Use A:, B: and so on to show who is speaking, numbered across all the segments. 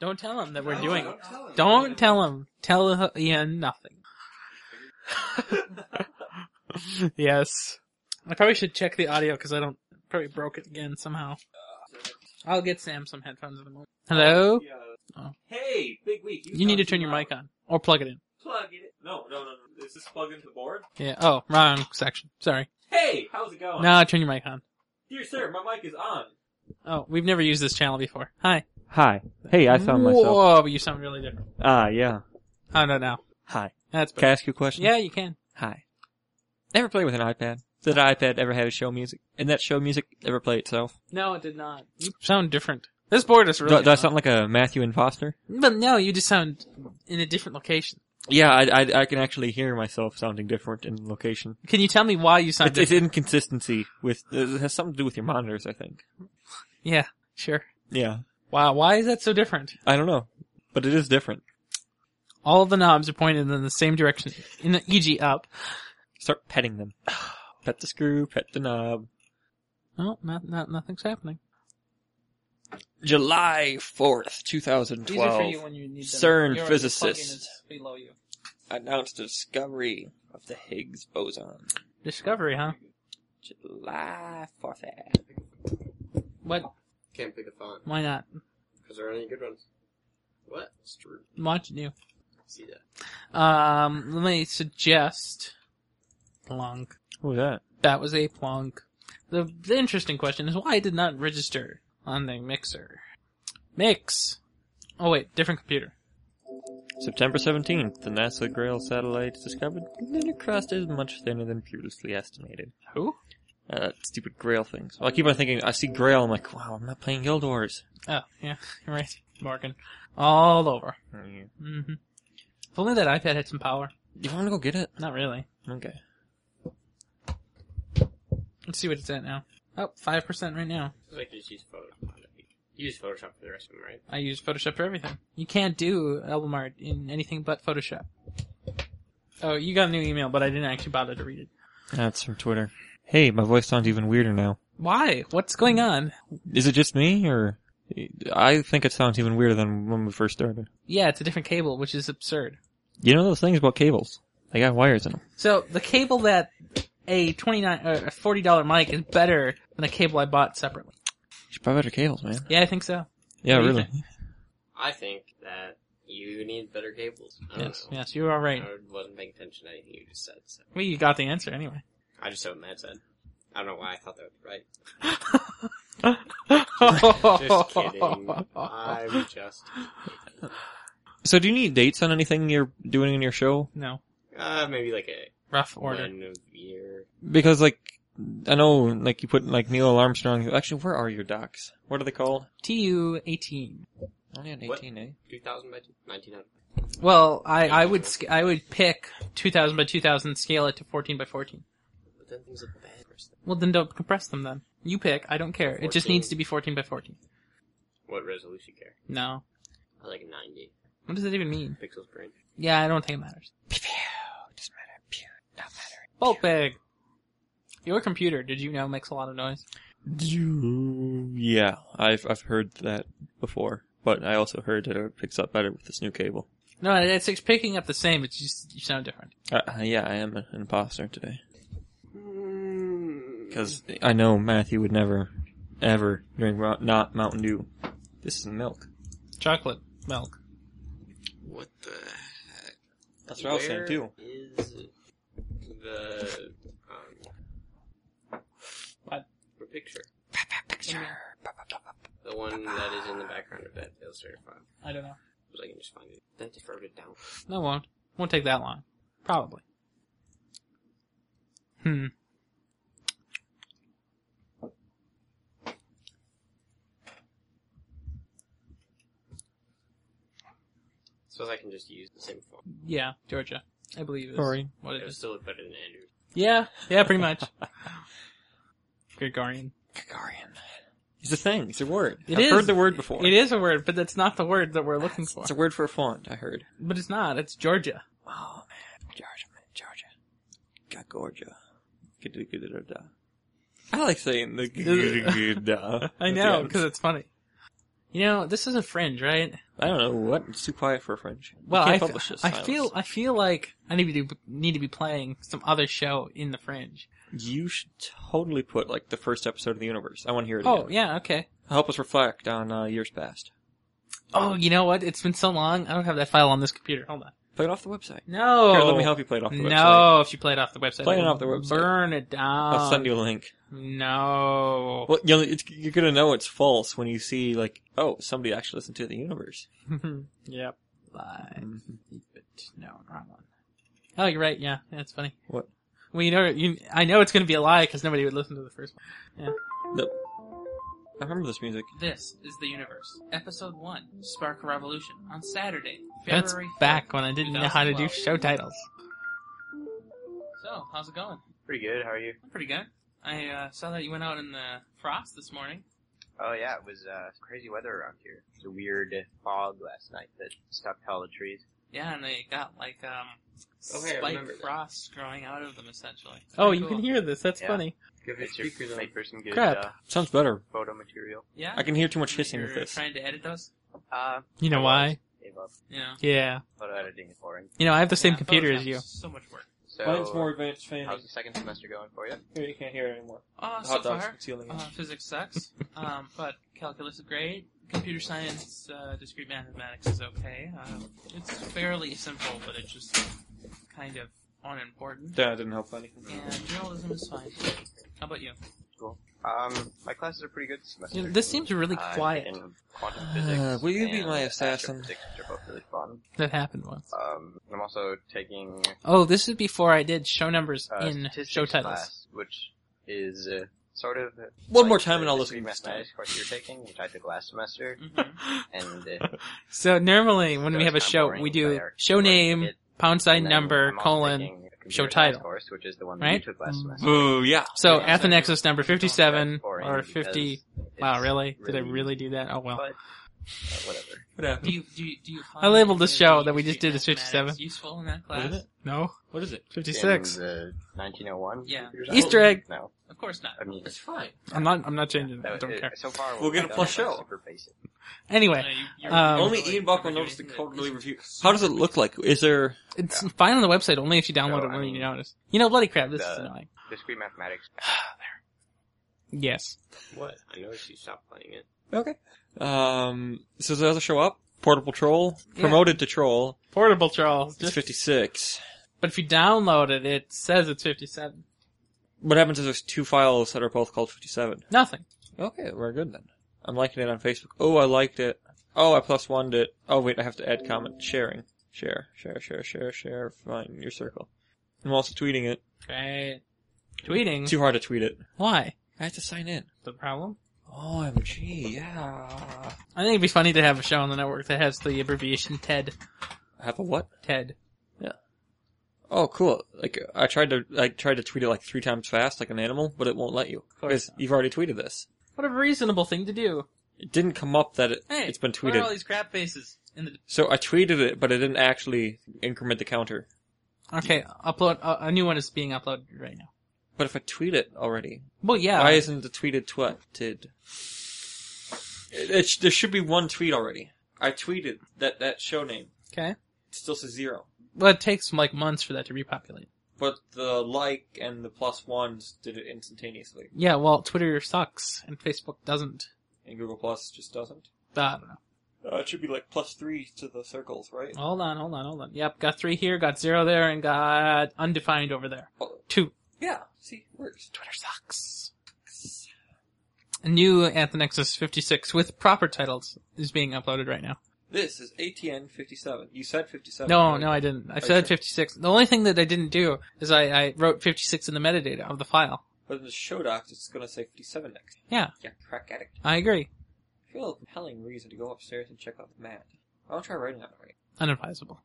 A: Don't tell him that we're
B: No,
A: doing it.
B: don't tell him.
A: Don't tell him. Tell h- Ian nothing. yes. I probably should check the audio because I don't probably broke it again somehow. I'll get Sam some headphones in a moment. Hello?
B: Yeah.
A: Oh.
B: uh, Hey, big week.
A: You need to turn your mic on or plug it in.
B: Plug it. in. No, no, no, no. Is this plugged into the board?
A: Yeah. Oh, wrong section. Sorry.
B: Hey, how's it going?
A: No, turn your mic on.
B: Dear sir, my mic is on.
A: Oh, we've never used this channel before. Hi.
C: Hi. Hey, I found myself.
A: Whoa, but you sound really different.
C: Ah, yeah.
A: I don't know.
C: Hi.
A: That's
C: Can I
A: better.
C: ask you a question?
A: Yeah, you can.
C: Hi. Ever play with an iPad? Did an iPad ever have show music? And that show music ever play itself?
A: No, it did not. You sound different. This board is really.
C: do, do I sound like a Matthew Imposter?
A: But no, you just sound in a different location.
C: Yeah, I, I, I can actually hear myself sounding different in location.
A: Can you tell me why you sound
C: It's, it's
A: different?
C: inconsistency with, it has something to do with your monitors, I think.
A: Yeah, sure.
C: Yeah.
A: Wow, why is that so different?
C: I don't know. But it is different.
A: All of the knobs are pointed in the same direction, in the e.g. up.
C: Start petting them. Pet the screw, pet the knob.
A: No, not, not nothing's happening.
C: July 4th, 2012.
A: when you need
C: them. CERN You're right, you plug in, physicists.
A: below you.
C: announced the discovery of the Higgs boson.
A: Discovery, huh?
C: July 4th.
A: What?
D: Can't pick a font
A: Why not?
D: because there aren't any good ones. What? It's true.
A: Watch new.
D: See that?
A: Um, let me suggest plonk.
C: What was that?
A: That was a plonk. The, the interesting question is why I did not register on the mixer. Mix. Oh wait, different computer.
C: September 17th, the NASA Grail satellite discovered lunar crust is much thinner than previously estimated.
A: Who?
C: Uh, that stupid Grail things. I keep on thinking, I see Grail, I'm like, wow, I'm not playing Guild Wars.
A: Oh yeah, you're right, Morgan. All over.
C: Hmm.
A: Mm-hmm. If only that iPad had some power.
C: Do you want to go get it?
A: Not really.
C: Okay.
A: Let's see what it's at now. Oh, 5% right now.
D: I can just use Photoshop. You use Photoshop for the rest of them, right?
A: I use Photoshop for everything. You can't do Elbamart in anything but Photoshop. Oh, you got a new email, but I didn't actually bother to read it.
C: That's from Twitter. Hey, my voice sounds even weirder now.
A: Why? What's going on?
C: Is it just me, or? I think it sounds even weirder than when we first started.
A: Yeah, it's a different cable, which is absurd.
C: You know those things about cables? They got wires in them.
A: So, the cable that a 29 or a $40 mic is better than a cable I bought separately.
C: You should buy better cables, man.
A: Yeah, I think so.
C: Yeah,
A: What do you
C: really.
A: think?
D: I think that you need better cables. I don't
C: Yes.
D: know.
A: Yes, you are right.
D: I wasn't paying attention to anything you just said. So
A: Well, you got the answer anyway.
D: I just said what Matt said. I don't know why I thought that was right. Just kidding. I'm just.
C: So, do you need dates on anything you're doing in your show?
A: no.
D: Uh, maybe like a
A: Rough order.
D: one of year.
C: Because, like, I know, like, you put like Neil Armstrong. Actually, where are your docs? What are they called?
A: TU18.
C: Only on
D: What?
C: 18, eh?
D: 2000 by 1900.
A: Well, I, I would sc- I would pick 2000 by 2000, scale it to 14 by 14.
D: But then things look bad. First thing.
A: Well, then don't compress them then. You pick, I don't care. It just
D: 14.
A: needs to be 14 by 14.
D: What resolution you care?
A: No.
D: I like 90
A: What does that even mean?
D: pixels per inch.
A: Yeah, I don't think it matters.
C: Doesn't matter. Pew, not matter.
A: Bolt bag. Your computer, did you know, makes a lot of noise?
C: Do- Yeah, I've I've heard that before, but I also heard that it picks up better with this new cable.
A: No, it's, it's picking up the same, it's just, you sound different.
C: Uh, yeah, I am an imposter today because I know Matthew would never, ever drink mo- not Mountain Dew. This is milk.
A: Chocolate. Milk.
D: What the heck?
C: That's what I was saying too.
D: Is the um,
A: What?
D: The picture? The one that is in the background of that illustrator file.
A: I don't know.
D: Because I can just find it. That deferred it down.
A: No, it won't. Won't take that long. Probably. Hmm.
D: So I can just use the same font.
A: Yeah, Georgia. I believe is
C: Sorry.
A: what
D: It
A: it
D: would
A: is.
D: still look better than Andrew.
A: Yeah, yeah, pretty much. Gregorian.
C: Gagarin. It's a thing. It's a word.
A: It
C: I've
A: is.
C: heard the word before.
A: It is a word, but that's not the word that we're looking for.
C: It's a word for a font. I heard.
A: But it's not. It's Georgia.
C: Oh man, Georgia, man, Georgia, Gagorgia. Gidda-gidda-da-da. I like saying the gidda-gidda-da
A: I
C: at the
A: know
C: end.
A: because it's funny. You know, this isn't fringe, right?
C: I don't know what. It's too quiet for French. You
A: Well,
C: can't
A: I, f-
C: publish this.
A: I
C: Silas.
A: feel I feel like I need to do, need to be playing some other show in the fringe.
C: you should totally put like the first episode of the universe. I want to hear it.
A: Oh
C: again.
A: yeah, okay.
C: help us reflect on uh, years past.
A: Oh, you know what? It's been so long. I don't have that file on this computer. Hold on.
C: Play it off the website.
A: No.
C: Here, let me help you play it off the website.
A: Oh. No, if you play it off the website,
C: Play it
A: it'll
C: off the website.
A: Burn it down.
C: I'll send you a link.
A: No.
C: Well, you know, it's, you're gonna know it's false when you see like, oh, somebody actually listened to the universe.
A: yep. Bye. But no, wrong one. Oh, you're right. Yeah, that's funny.
C: What?
A: Well, you know, you, I know it's going to be a lie because nobody would listen to the first one.
C: I remember this music.
E: This is the universe, episode one, Spark a Revolution, on Saturday,
A: That's
E: February. 4th.
A: back when I didn't know how to do
E: 2012.
A: show titles.
E: So, how's it going?
D: Pretty good. How are you?
E: I'm pretty good. I uh, saw that you went out in the frost this morning.
D: Oh yeah, it was uh, crazy weather around here. It was a weird fog last night that stuck to all the trees.
E: Yeah, and they got like um,
D: Okay, I remember
E: spike
D: that.
E: frost growing out of them essentially. It's
A: Oh,
E: pretty
A: you
E: cool.
A: can hear this. That's
D: Yeah.
A: funny.
B: Give
D: It's your plate for some good
A: Crap.
D: uh,
C: Sounds better.
D: photo material.
E: Yeah.
C: I can hear too much
E: And
C: hissing
E: you're
C: with this.
E: Trying to edit those.
D: Uh,
A: You know
D: I
A: why?
D: gave up.
E: You know.
A: Yeah.
D: Photo editing is boring.
A: You know, I have the same
E: Yeah,
A: computer as
E: Photoshop's
A: you.
E: So much work.
D: So
C: advanced fan.
D: how's the second semester going for you?
C: Here, you can't hear it anymore.
E: Oh, so far,
C: ceiling.
E: uh, physics sucks, um, but calculus is great. Computer science, uh, discrete mathematics is okay. Um, it's fairly simple, but it's just kind of unimportant.
C: that didn't help anything.
E: And journalism is fine. How about you?
D: Um, my classes are pretty good this semester.
A: You know, this seems really
D: Uh,
A: quiet.
D: in quantum physics.
C: Uh, will you be
D: and
C: my assassin?
D: astrophysics, which are both really fun.
A: That happened once.
D: Um, I'm also taking
A: Oh, this is before I did show numbers
D: uh,
A: in
D: statistics
A: show titles.
D: class, which is uh, sort of
C: One
D: like
C: more time
D: the
C: and I'll listen
D: discrete
C: this time.
D: mathematics course you're taking, which I took last semester,
E: Mhm.
D: and uh,
A: So normally when
D: so
A: we have a
D: it's kinda
A: show,
D: boring,
A: we
D: but I
A: do
D: already
A: show
D: worked
A: name,
D: it.
A: pound sign
D: And then
A: number,
D: I'm also
A: colon.
D: taking a computer
A: show
D: science
A: title.
D: course, which is the one
A: Right?
D: that you took last semester.
C: Boo! Yeah.
A: So
E: Yeah, so
A: Athanexus number
D: That's
A: 57
D: boring
A: or
D: because
A: 50.
D: it's-
A: Wow, really? Did I
D: really-
A: really do that? Oh well.
D: But, uh, whatever.
C: What happened?
E: Do you, do you, do you find
A: I labeled this
E: the
A: show that we just did as
E: discrete
A: 57.
E: mathematics Useful in that class?
A: No,
C: What is it?
A: 56.
D: In the 1901.
E: Yeah.
D: computer science?
A: Easter egg.
D: No,
E: Of course not.
D: I mean
E: It's fine.
A: I'm not. I'm not changing.
D: that
A: That. I
D: was-
A: don't
D: it-
A: care.
D: so far
C: We'll get a
D: done
C: plus
D: with,
C: show.
D: like, Super basic.
A: Anyway,
E: you,
A: Um,
C: Only Ian Buck will notice the quarterly review. How does it look like? Is there?
A: it's fine on the website only if you download
D: No,
A: it.
D: I
A: When you
D: mean,
A: notice, you know, bloody crap. This is
D: the-
A: annoying.
D: Discrete mathematics.
A: Yes.
D: What? I noticed you stopped playing it.
C: Okay. Um. So does it show up? Portable troll
A: Yeah.
C: promoted to troll.
A: Portable trolls.
C: It's fifty six.
A: But if you download it, it says it's 57.
C: What happens is there's two files that are both called fifty seven.
A: Nothing.
C: Okay, we're good then. I'm liking it on Facebook. Oh, I liked it. Oh, I plus one it. Oh, wait, I have to add comment sharing. Share, share, share, share, share. Find your circle. I'm also tweeting it.
A: Great. Tweeting.
C: Too hard to tweet it.
A: Why?
C: Hmm. I have to sign in.
A: The problem?
C: OMG, yeah.
A: I think it'd be funny to have a show on the network that has the abbreviation TED.
C: I have a what?
A: TED.
C: Oh, cool. Like, I tried to, I tried to tweet it like three times fast, like an animal, but it won't let you. Because you've already tweeted this.
A: What a reasonable thing to do.
C: It didn't come up that it,
E: Hey,
C: it's been
E: What are all
C: tweeted.
E: these crap faces in the
C: So I tweeted it, but it didn't actually increment the counter.
A: Okay, upload. Uh, a new one is being uploaded right now.
C: But if I tweet it already,
A: Well, yeah.
C: Why isn't the tweeted tweeted? It, it, sh- there should be one tweet already. I tweeted that that show name.
A: Okay.
C: It still says zero,
A: Well, it takes like months for that to repopulate.
C: but the like and the plus ones did it instantaneously,
A: Yeah, well, Twitter sucks and Facebook doesn't.
C: and Google Plus just doesn't.
A: Uh, I don't know.
C: Uh, it should be like plus three to the circles, right?
A: Hold on, hold on, hold on. Yep, got three here, got zero there, and got undefined over there.
C: Oh.
A: Two.
C: Yeah. See, works.
A: Twitter sucks. A new Athenexus 56 with proper titles is being uploaded right now.
C: This is ATN fifty-seven. You said fifty-seven.
A: No,
C: right?
A: no, I didn't. I
C: Okay.
A: said 56. The only thing that I didn't do is I, I wrote 56 in the metadata of the file.
C: But in the show docs, it's gonna say fifty-seven next.
A: Yeah.
C: Yeah, crack addict.
A: I agree.
C: I feel a compelling reason to go upstairs and check out the mat. I'll try writing that already.
A: Unadvisable.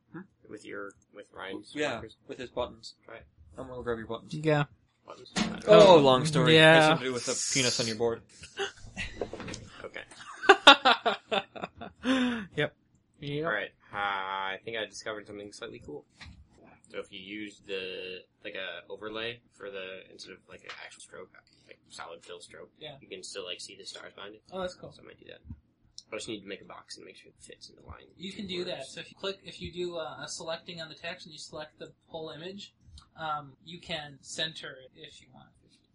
D: With your, with Ryan's
C: Yeah,
D: markers?
C: with his buttons.
D: Right.
C: I'm gonna grab your buttons.
A: Yeah.
D: buttons.
A: Oh,
C: Oh, long story.
A: yeah.
C: Has something to do with a penis on your board.
D: Okay.
A: yep.
D: All
A: Yep.
D: right. Uh, I think I discovered something slightly cool. So if you use the like a overlay for the instead of like an actual stroke, like solid fill stroke,
A: Yeah.
D: you can still like see the stars behind it.
A: Oh, that's cool.
D: So I might do that.
F: I just need to make a box and make sure it fits in the line.
E: You can do that. So if you click, if you do uh, a selecting on the text and you select the whole image, um, you can center it if you want.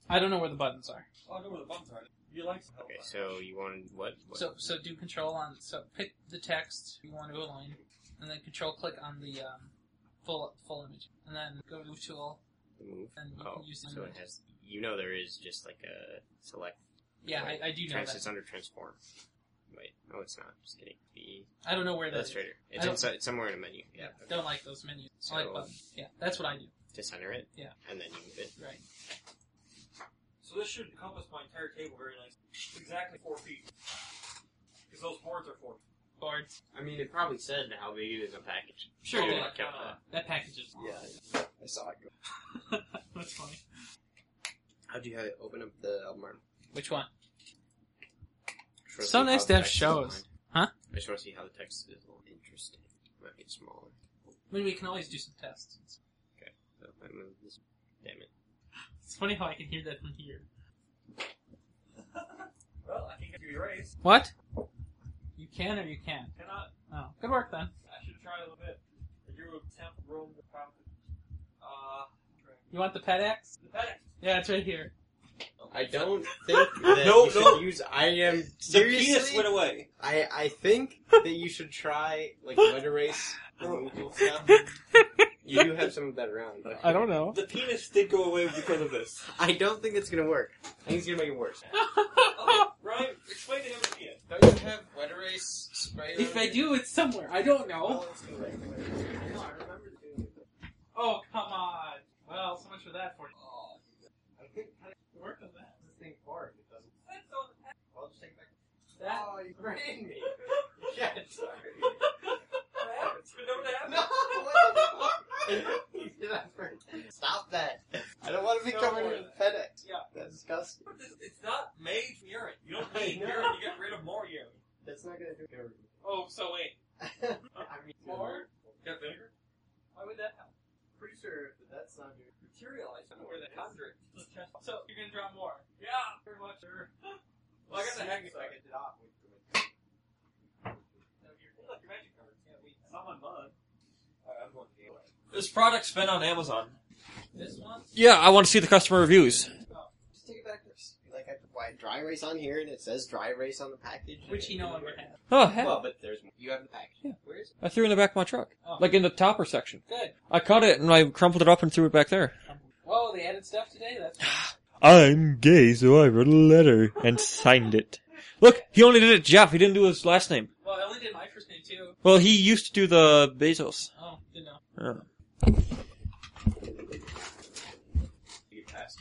E: I don't know where the buttons are.
D: Oh, I know where the buttons are. You like
F: Okay, so you wanted what? what?
E: So so do control on so pick the text you want to align, and then control click on the um, full full image, and then go to tool
F: the move.
E: and you
F: Oh,
E: can use the
F: so it has. You know there is just like a select.
E: Yeah, I, I do know
F: trans-
E: that.
F: It's under transform. Wait, no, it's not. Just kidding. The
E: I don't know where that is.
F: Illustrator.
E: I
F: It's,
E: don't-
F: inside, it's somewhere in a menu. Yeah.
E: Yeah, don't like those menus. I like
F: So-
E: buttons. Yeah, that's what I do.
F: To center it.
E: Yeah.
F: And then you move it.
E: Right.
D: So this should encompass my entire table very nicely. It's exactly four feet. Because those boards are four feet.
E: Boards.
F: I mean, it probably said how big it is in a package.
E: Sure.
F: Dude,
E: did.
F: I kept that.
E: That package is.
F: Yeah. I saw it.
E: that's funny.
F: How'd you have it open up the Elmar?
E: Which one?
F: Just wanna
A: So
F: see
A: nice
F: how
A: to
F: the
A: have
F: text is
A: shows.
F: aligned.
A: Huh?
F: I just want to see how the text is. aligned. Interesting. Might be smaller.
E: I mean, we can always do some tests.
F: So if I move this, damn it.
E: It's funny how I can hear that from here.
D: Well, I think if you erase,
A: What? You can or you can't.
D: cannot.
A: Oh, good work then.
D: I should try a little bit. I drew a temp room with profit. Uh,
A: You want the PEDX?
D: the FedEx.
A: Yeah, it's right here.
F: I don't think that
D: No,
F: you should
D: no.
F: use I am
D: The penis
F: seriously.
D: went away.
F: I I think that you should try like letter race removal stuff. You do have some of that around. but-
A: know.
D: The penis did go away because of this.
F: I don't think it's gonna work. I think it's gonna make it worse.
D: Okay, Ryan, explain to him the penis.
F: Don't you have letter race spray?
A: If I do, it's somewhere. I don't know.
E: Oh, come on. Well, so much for that for
D: Oh,
E: Work on that. That.
F: Oh, Stop that! I don't want to be
D: No
F: covered
D: more.
F: in FedEx.
D: Yeah.
F: that's disgusting.
D: It's not made from urine. You don't
F: I
D: need
F: know.
D: urine. You get rid of more urine.
F: That's not gonna do it.
E: Oh, so wait.
F: I mean,
E: More?
D: Got vinegar?
E: Why would that help?
F: Pretty sure that that's not doing.
D: Materialized. I don't know where that conjure.
E: So you're gonna draw more.
D: Yeah, very much. Sure. Well, I got the hang of it.
F: it off.
D: It's on my mud. This product's been on Amazon.
E: This one.
C: Yeah, I want to see the customer reviews.
F: Just take it back. Like I why dry erase on here and it says dry erase on the package.
E: Which he no longer has.
C: Oh, heck.
F: Well, but there's you have the package. Where is it?
C: I threw it in the back of my truck.
E: Oh.
C: Like in the topper section.
E: Good.
C: I caught it and I crumpled it up and threw it back there.
E: Whoa, they added stuff today? That's.
C: I'm gay, so I wrote a letter and signed it. Look, he only did it Jeff. He didn't do his last name.
E: Well, I only did my first name too.
C: Well, he used to do the Bezos.
E: Oh, didn't know.
C: Oh.
F: You passed.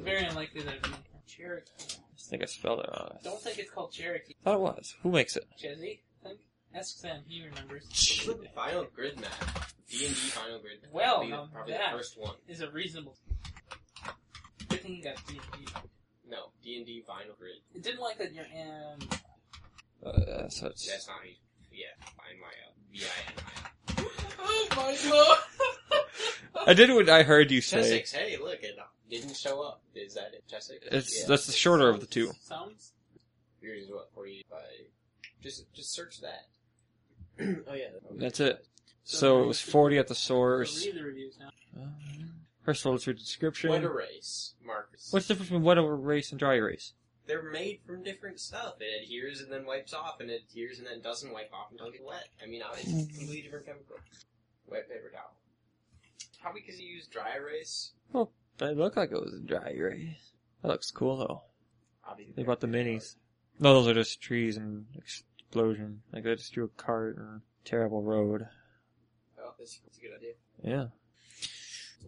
E: Very unlikely that it'd be Cherokee.
C: I think I spelled it wrong.
E: Don't think it's called Cherokee.
C: thought it was. Who makes it?
E: Chesney, I think. Ask Sam. He remembers.
F: Final grid map. D and D final grid map.
E: Well,
F: That'd be
E: now
F: probably
E: that-
F: the first one.
E: Is a reasonable. Good thing you got D and D.
F: No, D and D final grid.
E: It didn't like that your um.
C: Uh, so it's
F: That's not. how you- Yeah, find my L. V I N I L.
E: Oh my lord!
C: I did what I heard you say.
F: Chessex, hey, look, it didn't show up. Is that it, Chessex?
C: It's
F: Yeah.
C: that's the shorter of the two.
E: Sounds.
F: Yours is what forty by. Just just search that. oh yeah.
C: That's it. So it was forty at the source.
E: Read the reviews now.
C: First of all, it's your description.
F: Wet erase markers.
C: What's the difference between wet erase and dry erase?
F: They're made from different stuff. It adheres and then wipes off, and it adheres and then doesn't wipe off until it gets wet. I mean, it's a completely different chemical. Wet paper towel. Probably because you use dry erase.
C: They look like it was a dry erase. That looks cool though.
F: Probably
C: They bought the minis. No, those are just trees and explosion. Like they just drew a cart and terrible road.
F: Oh, that's, that's a good idea.
C: Yeah.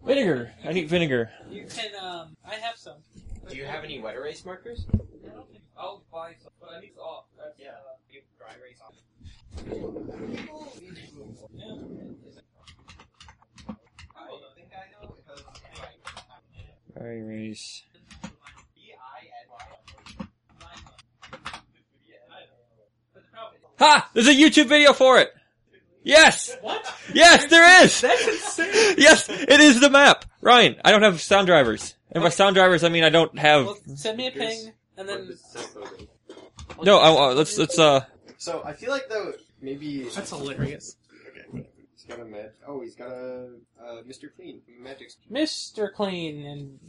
C: Vinegar. I need vinegar.
E: You can um. I have some.
F: Do you have any wet erase markers?
E: I don't think-
D: I'll buy some, but I need it off. That's,
F: Yeah.
D: Uh,
F: Give dry erase off. I think I know because
C: Dry erase.
F: B I N Y.
E: But the problem is-
C: Ha! There's a YouTube video for it! Yes!
E: What?
C: Yes, there is!
E: That's insane.
C: Yes, it is the map! Ryan, I don't have sound drivers. And by sound drivers, I mean I don't have...
E: Well, send me a
F: Here's-
E: ping, and then
F: What is this photo?
C: No, I, uh, let's, let's, uh...
G: So I feel like though maybe
A: That's hilarious.
G: Okay, whatever. He's got a med. Oh, he's got a uh, Mr. Clean magic.
A: Mr. Clean and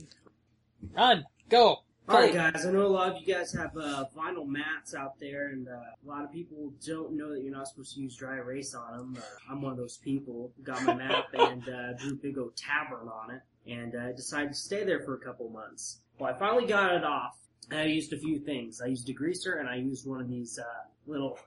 A: run, go.
H: All right, guys. I know a lot of you guys have uh, vinyl mats out there, and uh, a lot of people don't know that you're not supposed to use dry erase on them. Uh, I'm one of those people. Got my map and uh, drew Big O Tavern on it, and uh, decided to stay there for a couple months. Well, I finally got it off. And I used a few things. I used a greaser, and I used one of these uh, little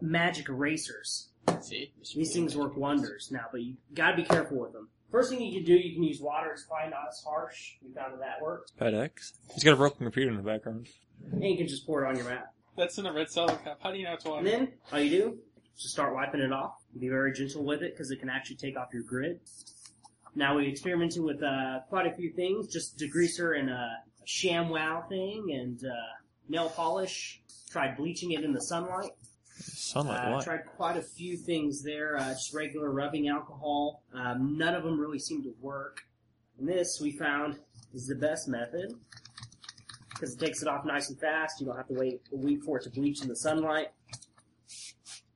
H: magic erasers.
D: See? Mr.
H: These
D: Bean.
H: things work wonders now, but you gotta be careful with them. First thing you can do, you can use water. It's probably not as harsh. We found that that works.
C: FedEx. He's got a broken computer in the background.
H: And you can just pour it on your map.
A: That's in a red cellar cup. How do you know it's water?
H: And then all you do is just start wiping it off. Be very gentle with it because it can actually take off your grid. Now we experimented with uh, quite a few things, just degreaser and a ShamWow thing and uh, nail polish. Tried bleaching it in the sunlight.
C: Sunlight.
H: Uh,
C: what?
H: Tried quite a few things there, uh, just regular rubbing alcohol. Um, none of them really seemed to work. And this we found is the best method because it takes it off nice and fast. You don't have to wait a week for it to bleach in the sunlight.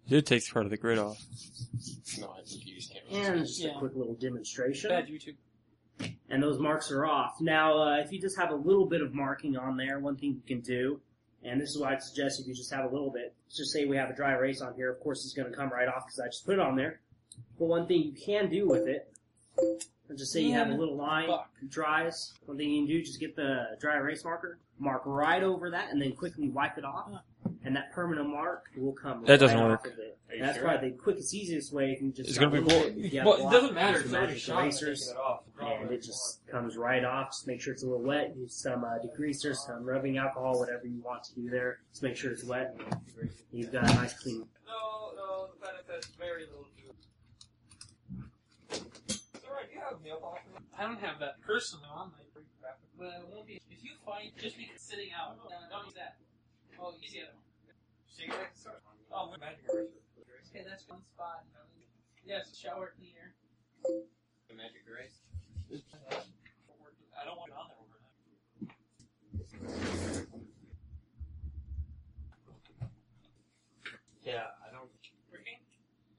C: It takes part of the grid off.
D: No, I think you just can't really
H: And just
A: Yeah.
H: a quick little demonstration.
A: Bad YouTube.
H: and those marks are off. Now, uh, if you just have a little bit of marking on there, one thing you can do, and this is why I suggest if you just have a little bit, let's just say we have a dry erase on here, of course it's going to come right off because I just put it on there. But one thing you can do with it, let's just say you have a little line,
A: Fuck.
H: dries, one thing you can do, just get the dry erase marker, mark right over that, and then quickly wipe it off. And that permanent mark will come.
C: That doesn't
H: right
C: work.
H: Off of it.
G: Are you
H: That's
G: sure?
H: probably the quickest, easiest way. If you just
C: It's
H: got
C: gonna
H: a
C: be
H: little
C: blo-
H: bit, you have
B: Well, it
H: block,
B: doesn't matter.
H: use
B: It's
H: the
B: already
H: magic
B: shot.
H: erasers.
B: Taking it off. Draw
H: And
B: it.
H: it just comes right off. Just make sure it's a little wet. Use some uh, degreaser, some rubbing alcohol, whatever you want to do there. Just make sure it's wet. You've got a nice clean.
B: No, no, the planet has very little to do. It's alright, you have nail polish.
A: I don't have that person on my free graphic, but it won't be. If you find just because it's sitting out, uh, don't use that. Oh, use the other one.
B: See, that's Oh, magic eraser.
A: Okay, that's one spot. Yes, shower cleaner.
D: The magic erase.
B: I don't want it on there overnight.
D: Yeah, I don't.
A: Working?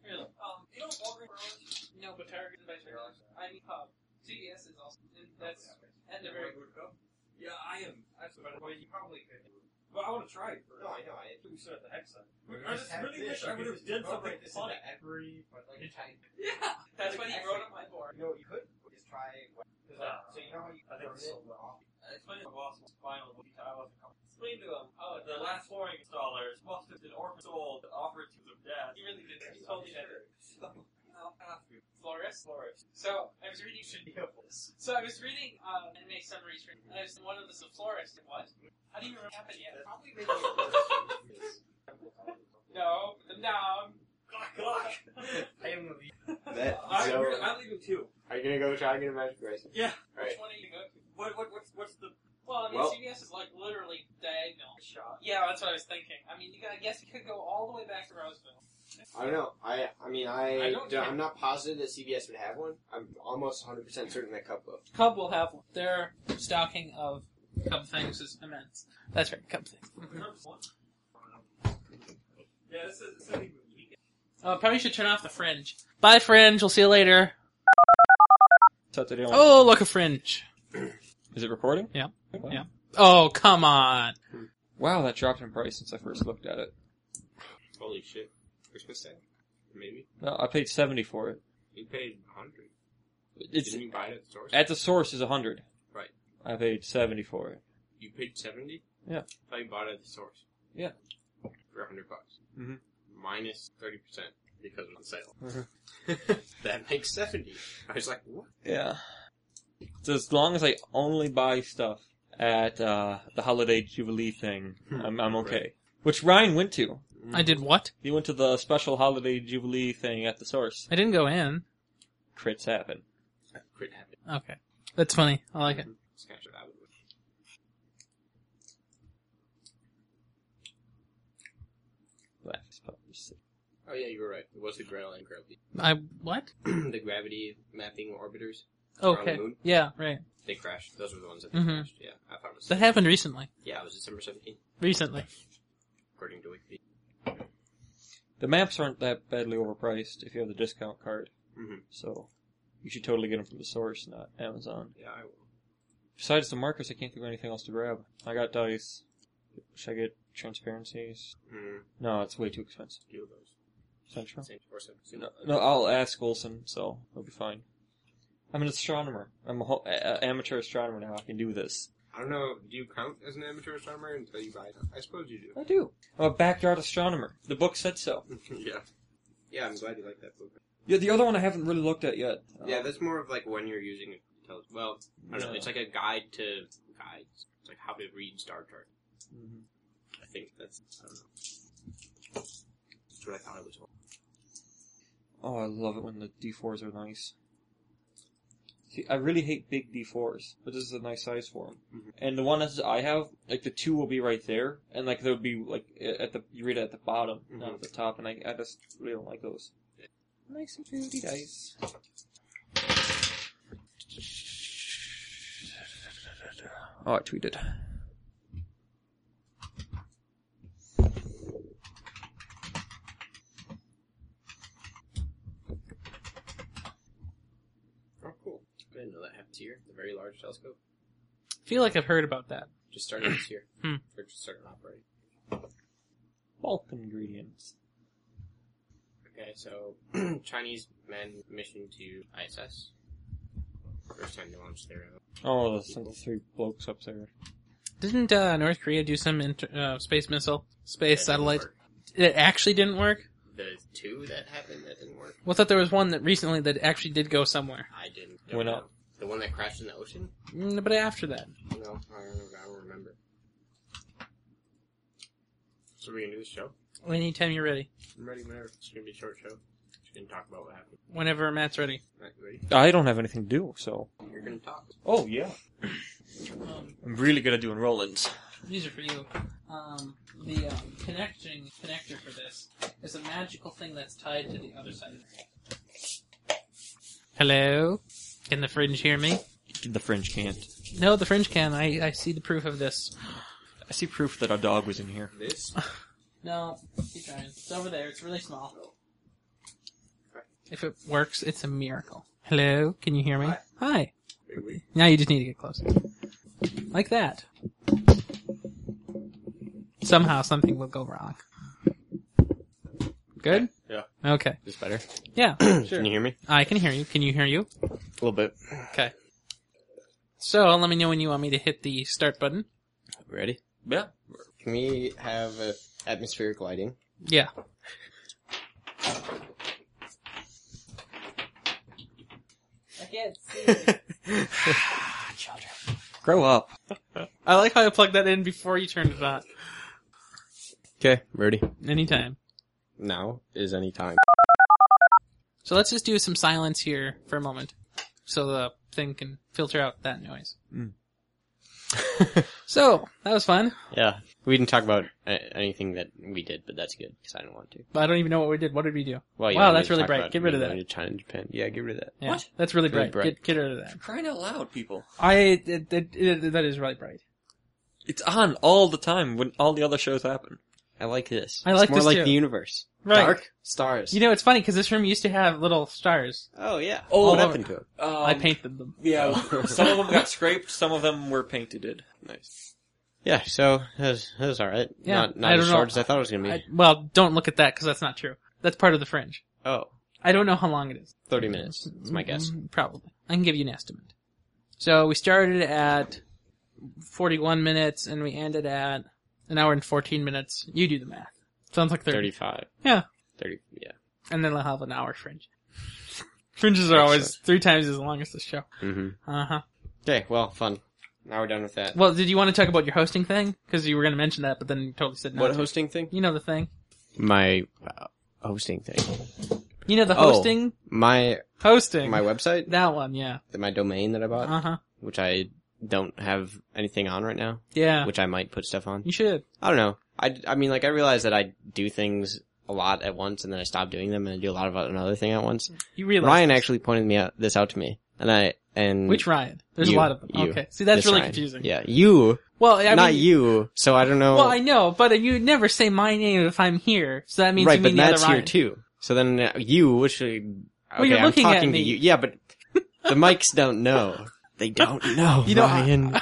A: Here, look. Um, you know Walgreens? No, but Target and Vice Versa. I mean, uh, Pub. CVS is also. And that's. And they're very.
B: Yeah, I am. That's about it. Well, you probably could. Well, I want to try it first.
D: No, I know. I,
B: We said at the hex side. I just really wish I would have done something
D: This
B: funny.
D: every, but like a tiny.
A: Yeah! That's what he wrote on my board.
D: You know what you could is try. Cause, uh, so you know how you
B: I think
D: burn
B: so.
D: it off.
B: I explained to my boss was final when I wasn't coming. Explained to him, oh, the last flooring installers must have been orphan sold, offered to them death. He really did. He told me that. So, I'll ask you.
A: Florist?
B: Florist.
A: So I was reading should be this. So I was reading um, anime summaries for and I was one of the florist. What? How do you remember what happened yet?
D: Probably really. I
A: No, no.
B: Glock, glock!
D: am the
G: That,
B: I'm,
G: so,
B: re- I'm leaving too.
G: are you gonna go try and get a magic eraser?
B: Yeah.
A: Which one are you going to?
B: What, what, what's, what's the
A: Well, I mean,
G: Well-
A: CBS is like literally diagonal.
B: shot?
A: Yeah, that's what I was thinking. I mean, you gotta guess you could go all the way back to Roseville.
G: I don't know. I I mean I,
A: I
G: don't-
A: don't care.
G: I'm not positive that CVS would have one. I'm almost 100 percent certain that Cub will.
A: Cub will have one. Their stocking of Cub things is immense. That's right, Cub things. Mm-hmm.
B: Yeah, this is, this is even weak.
A: Uh, probably should turn off the fringe. Bye, fringe. We'll see you later.
C: Set the deal.
A: Oh, look a fringe.
C: Is it recording?
A: Yeah.
C: Wow.
A: Yeah. Oh, come on.
C: Wow, that dropped in price since I first looked at it.
I: Holy shit. We're supposed to have- Maybe.
C: No, I paid seventy for it.
I: You paid 100.
C: It's
I: Didn't you buy it at the source?
C: at the source is hundred.
I: Right.
C: I paid seventy for it.
I: you paid 70?
C: Yeah.
I: I thought you bought it at the source.
C: Yeah.
I: For 100 bucks.
C: Mhm.
I: Minus 30% because it was on sale.
C: Mhm.
I: that makes 70. I was like, what?
C: Yeah. So as long as I only buy stuff at uh, the holiday jubilee thing,
I: Hmm.
C: I'm, I'm okay. Which Ryan went to.
G: Mm.
A: I did what?
C: He went to the special holiday jubilee thing at the source.
A: I didn't go in.
C: Crits happen.
I: Quit having
A: Okay. That's funny. I like it.
I: Scratch it out.
C: Laugh is probably sick.
I: Oh yeah, you were right. It was the Grail and Grail.
A: I what?
I: the gravity mapping orbiters.
A: Okay.
I: moon?
A: Yeah, right.
I: They crashed. Those were the ones that
A: Mhm.
I: crashed. Yeah, I thought it was.
A: That happened recently.
I: yeah, it was December 17th,
A: Recently.
I: according to Wikipedia.
C: The maps aren't that badly overpriced if you have the discount card.
I: Mm-hmm.
J: Mhm.
C: So you should totally get them from the source, not Amazon.
J: Yeah, I will.
C: Besides the markers, I can't think of anything else to grab. I got dice. Should I get transparencies?
J: Mm,
C: No, it's way too expensive.
J: deal those.
C: Central?
J: Same or same.
C: No, no, I'll ask Wilson, so he'll be fine. I'm an astronomer. I'm a ho- a- a- amateur astronomer now. I can do this.
J: I don't know. Do you count as an amateur astronomer until you buy it? I suppose you do.
C: I do. I'm a backyard astronomer. The book said so.
J: yeah. Yeah, I'm glad you like that book.
C: Yeah, the other one I haven't really looked at yet.
J: yeah,
C: Um,
J: that's more of like when you're using it. Tells, well, I don't know.
C: yeah.
J: It's like a guide to guides. It's like how to read star chart.
C: Mhm.
J: I think that's. I don't know. That's what I thought it was.
C: Oh, I love it when the D4s are nice. See, I really hate big D4s, but this is a nice size for them.
J: Mhm.
C: And the one that I have, like the two will be right there, and like there would be like a- at the you read it at the bottom, not
J: Mhm.
C: at the top, and I, I just really don't like those. Nice and pretty dice. Oh, I tweeted.
F: Oh, cool. I didn't know that happens here. The very large telescope
A: I feel like I've heard about that.
F: just started this year.
A: Hmm.
F: Or just started operating.
C: Bulk ingredients.
F: Okay, so Chinese men mission to ISS. First time they launched their own.
C: Oh, there's some three blokes up there.
A: Didn't uh, North Korea do some inter- uh, space missile, space
F: That didn't
A: satellite?
F: work.
A: It actually didn't work.
F: The two that happened that didn't work.
A: Well, I thought there was one that recently that actually did go somewhere.
F: I didn't.
C: Why
F: Don't
C: not?
F: know. The one that crashed in the ocean?
A: Mm, But after that,
F: No, I don't, I don't remember.
J: So we're gonna do this show.
A: anytime you're ready,
J: I'm ready whenever. It's gonna be a short show. Just gonna talk about what happened.
A: whenever Matt's ready.
J: Right, you ready?
C: I don't have anything to do, so.
F: You're gonna talk.
C: Oh yeah. I'm really good at doing roll-ins.
A: Um, These are for you. Um, the um, connecting connector for this is a magical thing that's tied to the other side. Hello, can the fringe hear me?
C: The fringe can't.
A: No, the fringe can. I, I see the proof of this.
C: I see proof that our dog was in here.
J: This.
A: No, keep trying. It's over there. It's really small. If it works, it's a miracle. Hello, can you hear me? Hi.
J: Big week.
A: Now you just need to get closer. Like that. Somehow something will go wrong. Good?
J: Yeah.
A: Okay.
J: Is this better?
A: Yeah,
J: Can you hear me?
A: I can hear you. Can you hear you?
J: A little bit.
A: Okay. So let me know when you want me to hit the start button.
F: Ready?
C: Yeah.
F: Can we have uh, atmospheric lighting?
A: Yeah. I can't see.
C: Grow up.
A: I like how I plugged that in before you turned it on.
F: Okay, ready.
A: Anytime.
F: Now is any time.
A: So let's just do some silence here for a moment, so the thing can filter out that noise.
F: Hmm.
C: Mm.
A: so that was fun,
F: Yeah, we didn't talk about uh, anything that we did, but that's good because I don't want to.
A: but I don't even know what we did. What did we do?
F: Well,
A: Wow,
F: we
A: that's
F: did
A: really
F: talk
A: bright.
F: about
A: Get rid of
F: moving
A: that.
F: to China and Japan. Yeah, get rid of that.
A: Yeah, That's really
F: Really
A: bright.
F: bright.
A: Get, get rid of that.
C: Crying out loud, people.
A: I it, it, it- that is really bright.
C: It's on all the time when all the other shows happen.
F: I like this.
A: I like
F: it's more
A: this
F: like
A: too.
F: the universe.
A: Right.
F: Dark stars.
A: You know, it's funny because this room used to have little stars.
F: oh yeah.
C: Oh,
F: what
C: that-
F: happened to it?
C: Um,
A: I painted them.
C: Yeah. some of them got scraped. Some of them were painted.
F: Nice. Yeah, so that was, that was all right.
A: Yeah,
F: not,
A: I
F: not
A: don't
F: as
A: know.
F: short as I thought it was gonna be.
A: I, well, don't look at that because that's not true. That's part of the fringe.
F: Oh,
A: I don't know how long it is.
F: 30 minutes. That's my guess.
A: Mm, Probably. I can give you an estimate. So we started at 41 minutes and we ended at an hour and 14 minutes. You do the math. Sounds like 30.
F: 35.
A: Yeah.
F: 30. Yeah.
A: And then they'll have an hour fringe. Fringes are always three times as long as the show.
F: Mm-hmm.
A: Uh huh.
F: Okay. Well, fun. Now we're done with that.
A: Well, did you want to talk about your hosting thing? Because you were going to mention that, but then you totally said no.
F: What hosting thing?
A: You know the thing.
F: My uh, hosting thing.
A: You know the
F: Oh.
A: hosting?
F: My
A: Hosting.
F: my website.
A: that one, yeah.
F: My domain that I bought,
A: Uh huh.
F: which I don't have anything on right now,
A: Yeah.
F: which I might put stuff on.
A: You should.
F: I don't know. I, I mean, like, I realize that I do things a lot at once and then I stop doing them and I do a lot of another thing at once.
A: You realize.
F: Ryan actually pointed me out, this out to me and I, and
A: Which Ryan? There's a
F: You.
A: lot of them.
F: You.
A: Okay. See, that's
F: Miss
A: really
F: Ryan.
A: confusing.
F: Yeah, you,
A: Well, I
F: not
A: mean,
F: you. So I don't know.
A: Well, I know, but you never say my name if I'm here, so that means
F: right,
A: you
F: but
A: mean the
F: Matt's
A: other Ryan.
F: here too. So then uh, you, which okay,
A: Well, you're
F: I'm
A: looking at
F: talking
A: me.
F: to you. Yeah, but the mics don't know. They don't know,
A: You know, I-
F: Ryan.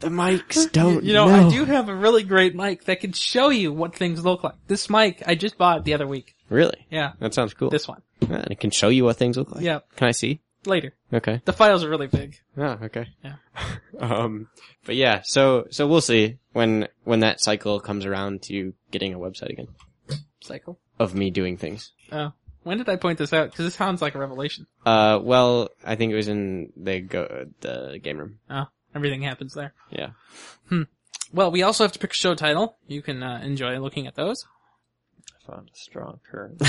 F: the mics don't
A: you know,
F: know.
A: I do have a really great mic that can show you what things look like. This mic I just bought the other week.
F: Really?
A: Yeah,
F: That sounds cool.
A: this one.
F: Yeah, and it can show you what things look like.
A: Yeah,
F: Can I see?
A: later.
F: Okay.
A: The files are really big.
F: Ah, okay.
A: Yeah.
F: um, but yeah, so so we'll see when when that cycle comes around to getting a website again
A: Cycle.
F: of me doing things.
A: When did I point this out? Because this sounds like a revelation.
F: Uh, well, I think it was in the go the game room.
A: Everything happens there. Hmm.
F: Yeah.
A: Well, we also have to pick a show title. You can uh, enjoy looking at those.
C: I found a strong current.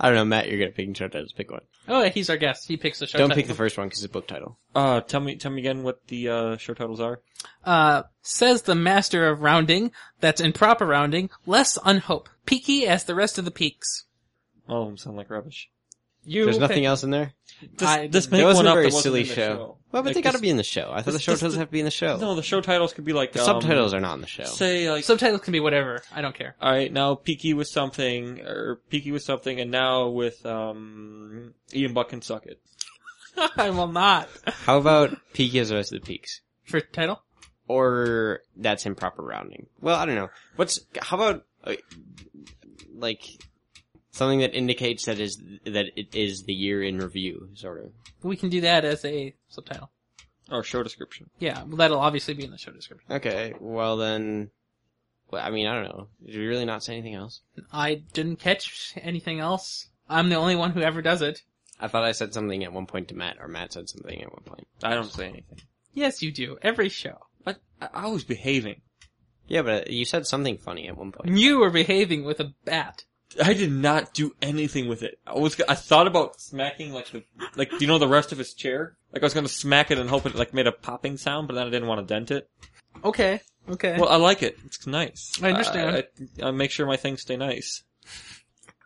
F: I don't know, Matt. You're gonna pick and try to just pick one.
A: Oh, yeah, he's our guest. He picks the show.
F: don't
A: title.
F: pick the first one because it's book title.
C: Uh, tell me, tell me again what the uh, show titles are.
A: Uh, says the master of rounding. That's improper rounding. Less unhope. Peaky as the rest of the peaks.
C: All of them sound like rubbish.
A: You.
F: There's nothing
A: pick-
F: else in there.
C: Just,
A: I-
C: just
F: It
C: make
F: wasn't
C: one
F: a
C: up
F: very
C: that wasn't
F: silly
C: in the
F: show. Well, but
C: Like,
F: they gotta
C: just-
F: be in the show. I thought the
C: this-
F: show
C: this-
F: doesn't have to be in the show.
C: No, the show titles could be like
F: the
C: um,
F: subtitles are not in the show.
C: Say like
A: Subtitles can be whatever. I don't care.
C: All right, now Peaky with something, or Peaky with something, and now with um Ian Buck and Suck It.
A: I will not.
F: How about Peaky as the rest of the peaks?
A: For title?
F: Or that's improper rounding. Well, I don't know. What's how about uh, like something that indicates that is that it is the year in review, sort of.
A: We can do that as a subtitle.
C: Or show description.
A: Yeah, well, that'll obviously be in the show description.
F: Okay, well then. Well, I mean, I don't know. Did we really not say anything else?
A: I didn't catch anything else. I'm the only one who ever does it.
F: I thought I said something at one point to Matt, or Matt said something at one point.
C: I don't say anything.
A: Yes, you do. Every show.
C: But I, I was behaving.
F: Yeah, but you said something funny at one point.
A: You were behaving with a bat.
C: I did not do anything with it. I was. I thought about smacking like the like. Do you know the rest of his chair? Like I was gonna smack it and hope it like made a popping sound, but then I didn't want to dent it.
A: Okay. Okay.
C: Well, I like it. It's nice.
A: I understand.
C: I, I, I make sure my things stay nice.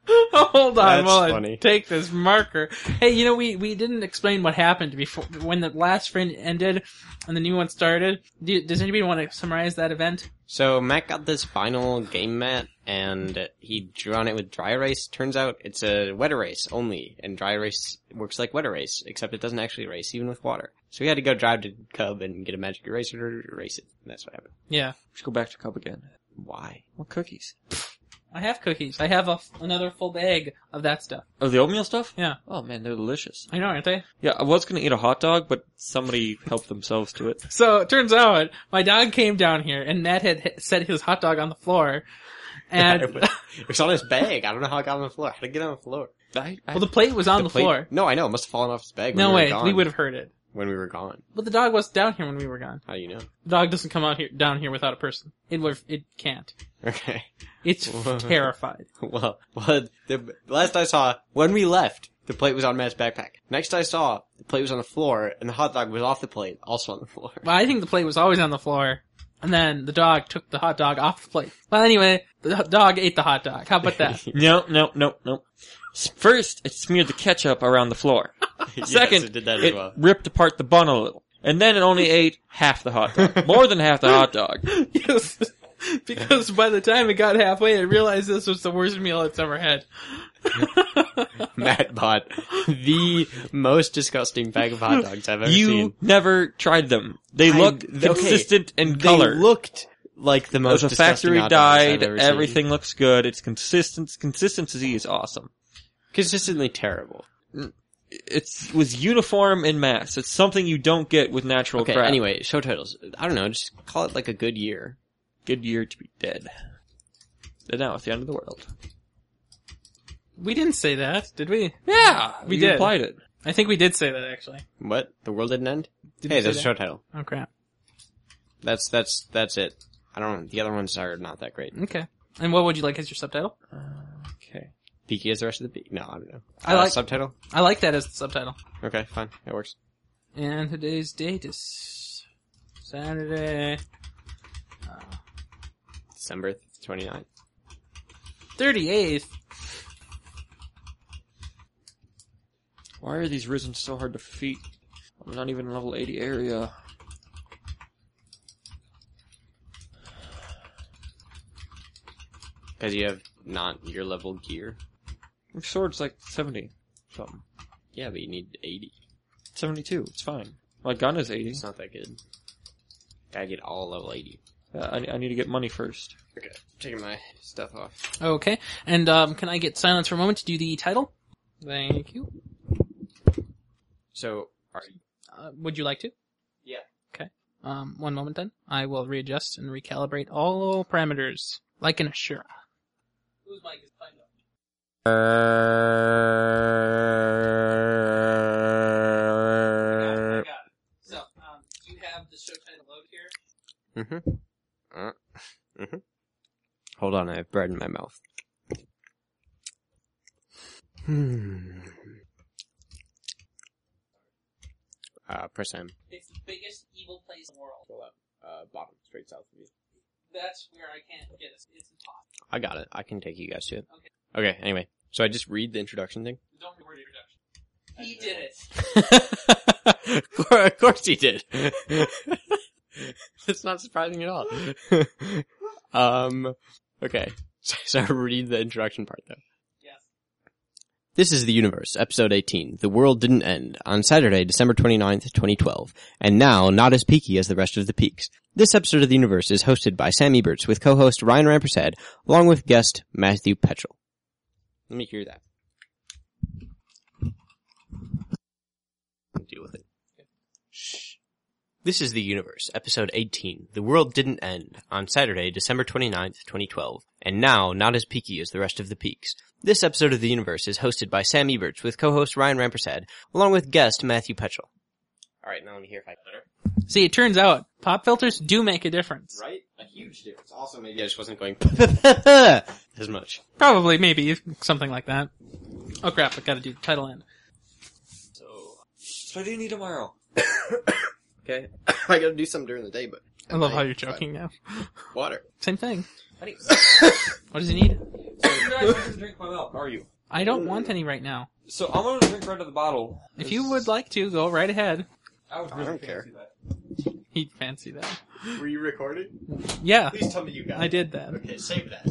A: Hold on,
F: That's
A: while I
F: funny.
A: take this marker. Hey, you know we we didn't explain what happened before when the last friend ended and the new one started. Do, does anybody want to summarize that event?
F: So Matt got this final game mat, and he drew on it with dry erase. Turns out it's a wet erase only, and dry erase works like wet erase, except it doesn't actually erase even with water. So he had to go drive to Cub and get a magic eraser to erase it. And that's what happened.
A: Yeah,
C: Let's go back to Cub again.
F: Why?
C: What cookies?
A: I have cookies. I have a f another full bag of that stuff.
C: Oh, the oatmeal stuff?
A: Yeah.
C: Oh man, they're delicious.
A: I know, aren't they?
C: Yeah, I was gonna eat a hot dog, but somebody helped themselves to it.
A: So it turns out my dog came down here and Matt had hit, set his hot dog on the floor, and
F: it, was, it was on his bag. I don't know how it got on the floor. How did it get on the floor?
C: I, I,
A: well the plate was on the,
F: plate-
A: floor.
F: No, I know. It must have fallen off his bag. When
A: no
F: we were
A: way,
F: gone.
A: we would have heard it.
F: when we were gone.
A: But the dog was down here when we were gone.
F: How do you know?
A: The dog doesn't come out here down here without a person. It would it can't.
F: Okay.
A: It's
F: Whoa.
A: terrified.
F: Well, well, the last I saw, when we left, the plate was on Matt's backpack. Next I saw, the plate was on the floor, and the hot dog was off the plate, also on the floor.
A: Well, I think the plate was always on the floor, and then the dog took the hot dog off the plate. Well, anyway, the h- dog ate the hot dog. How about that?
C: no, no, no, no. S- First, it smeared the ketchup around the floor. Second,
F: it did that as
C: It
F: well.
C: ripped apart the bun a little, and then it only ate half the hot dog, more than half the hot dog.
A: yes, because by the time it got halfway, I realized this was the worst meal it's ever had.
F: Matt bought the most disgusting bag of hot dogs I've ever
C: you
F: seen.
C: never tried them. They
F: I-
C: looked
F: okay.
C: consistent in
F: They
C: color.
F: looked like the most
C: the
F: disgusting
C: factory
F: hot dogs I've
C: died.
F: ever seen.
C: Everything looks good. It's consistent. Consistency is awesome.
F: consistently terrible.
C: It's was uniform in mass. It's something you don't get with natural
F: Okay,
C: crap.
F: anyway, show titles. I don't know, just call it like a good year.
C: good year to be dead. And now it's the end of the world.
A: We didn't say that, did we?
C: Yeah, we
A: did.
C: implied it.
A: I think we did say that actually.
F: What? The world didn't end?
A: Did we
F: hey,
A: say
F: there's a
A: that?
F: show title.
A: Oh crap.
F: That's that's that's it. I don't. The other ones are not that great.
A: Okay. And what would you like as your subtitle?
C: Okay.
F: Peaky is the rest of the peak. No, I don't know. Uh,
A: I like-
F: subtitle.
A: I like that as the subtitle.
F: Okay, fine, that works.
A: And today's date is Saturday, uh,
F: December 29th.
A: thirty eighth.
C: Why are these risen so hard to feet? I'm not even in level 80 area.
F: Because you have not your level gear.
C: My sword's like 70 something.
F: Yeah, but you need 80.
C: 72. It's fine. My gun is 80.
F: It's not that good. Gotta get all level 80.
C: Uh, I, I need to get money first.
F: Okay, taking my stuff off.
A: Okay. And um, can I get silence for a moment to do the title? Thank you.
F: So, are
A: Uh, would you like to?
D: Yeah.
A: Okay. Um, one moment then. I will readjust and recalibrate all parameters like an Ashura.
B: Who's Mike is playing up? I got it.
E: So, um, you have the show title loaded here.
F: Mm-hmm. Uh, mm-hmm. Hold on, I have bread in my mouth. Hmm. Uh, press M.
E: It's the biggest evil place in the world.
F: Scroll up. Uh, bottom, straight south of you.
E: That's where I can't get us. It's impossible.
F: I got it. I can take you guys to it.
E: Okay.
F: Okay, anyway. So I just read the introduction thing?
E: Don't worry about your introduction. He did it.
F: of cour- of course he did. That's not surprising at all. um, okay. So, so read the introduction part though.
E: Yes.
F: This is The Universe, Episode 18. The World Didn't End, on Saturday, December 29th, 2012. And now, not as peaky as the rest of the peaks. This episode of The Universe is hosted by Sam Eberts with co-host Ryan Rampersad, along with guest Matthew Petrel. Let me hear that. Deal with it. Shh. This is The Universe, Episode 18. The World Didn't End, on Saturday, December 29th, 2012. And now, not as peaky as the rest of the peaks. This episode of The Universe is hosted by Sam Eberts with co-host Ryan Rampersad, along with guest Matthew Petrel. Alright, now let me hear if I better.
A: See, it turns out pop filters do make a difference.
D: Right? A huge difference.
G: Also,
F: Yeah,
G: maybe
F: I just wasn't going as much.
A: Probably, maybe, if- something like that. Oh crap, I gotta do the title end.
C: So, so I do need tomorrow.
F: Okay. I gotta do something during the day, but
A: I love how you're joking now.
F: water.
A: Same thing. What does he need?
C: you guys didn't drink my milk, are you?
A: I don't want any right now.
C: So I'm gonna drink right out of the bottle.
A: If you would like to, go right ahead.
C: I would
F: I
C: really
F: don't
C: care.
A: He'd fancy that.
F: Were you recorded?
A: Yeah,
F: Please tell me you got
A: I did that.
F: Okay, save that.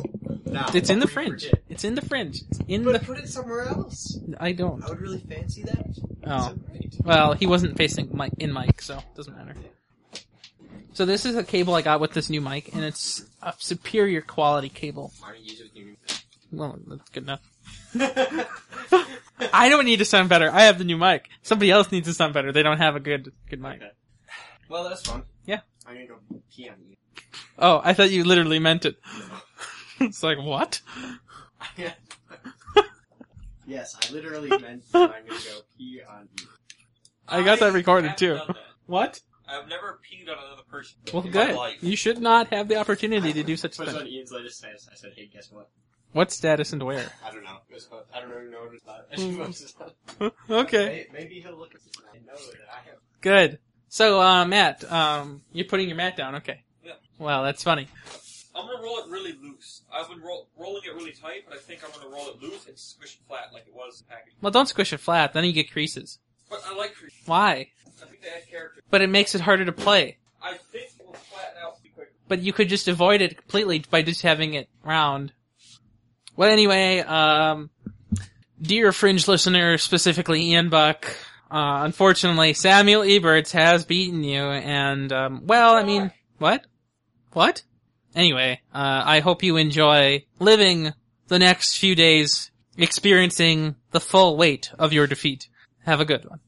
F: Now,
A: It's in the fringe. It's in the fringe. It's in
D: But
A: the.
D: put it somewhere else.
A: I don't.
D: I would really fancy that.
A: Oh.
D: So great.
A: Well, he wasn't facing mic in mic, so it doesn't matter. So this is a cable I got with this new mic, and it's a superior quality cable.
D: Why don't you use it with your new
A: Well, that's good enough. I don't need to sound better. I have the new mic. Somebody else needs to sound better. They don't have a good good mic.
D: Well, that's fun.
G: I'm gonna go pee on you.
A: Oh, I thought you literally meant it. it's like what?
G: Yes, I literally meant that I'm gonna go pee on you.
A: I got that recorded
B: have
A: too.
B: done that.
A: What?
B: I've never peed on another person.
A: Well,
B: in
A: good.
B: My life.
A: You should not have the opportunity to do such a
G: It was on
A: thing.
G: Ian's latest status. I said, hey, guess what?
A: What status and where?
G: I don't know. It was about, I don't even know what it's about. It was about-
A: okay.
G: May- Maybe he'll look at this and know that I have.
A: Good. So, uh, Matt, um, you're putting your mat down, okay?
B: Yeah.
A: Wow, that's funny.
B: I'm gonna roll it really loose. I've been roll- rolling it really tight, but I think I'm gonna roll it loose and squish it flat like it was in the package.
A: Well, don't squish it flat, then you get creases.
B: But I like creatures.
A: Why?
B: I think they add character.
A: But it makes it harder to play.
B: I think it will flatten out pretty quick.
A: But you could just avoid it completely by just having it round. Well, anyway, um, dear Fringe listener, specifically Ian Buck, uh, unfortunately, Samuel Eberts has beaten you, and, um, well, I mean, what? What? Anyway, uh, I hope you enjoy living the next few days experiencing the full weight of your defeat. Have a good one.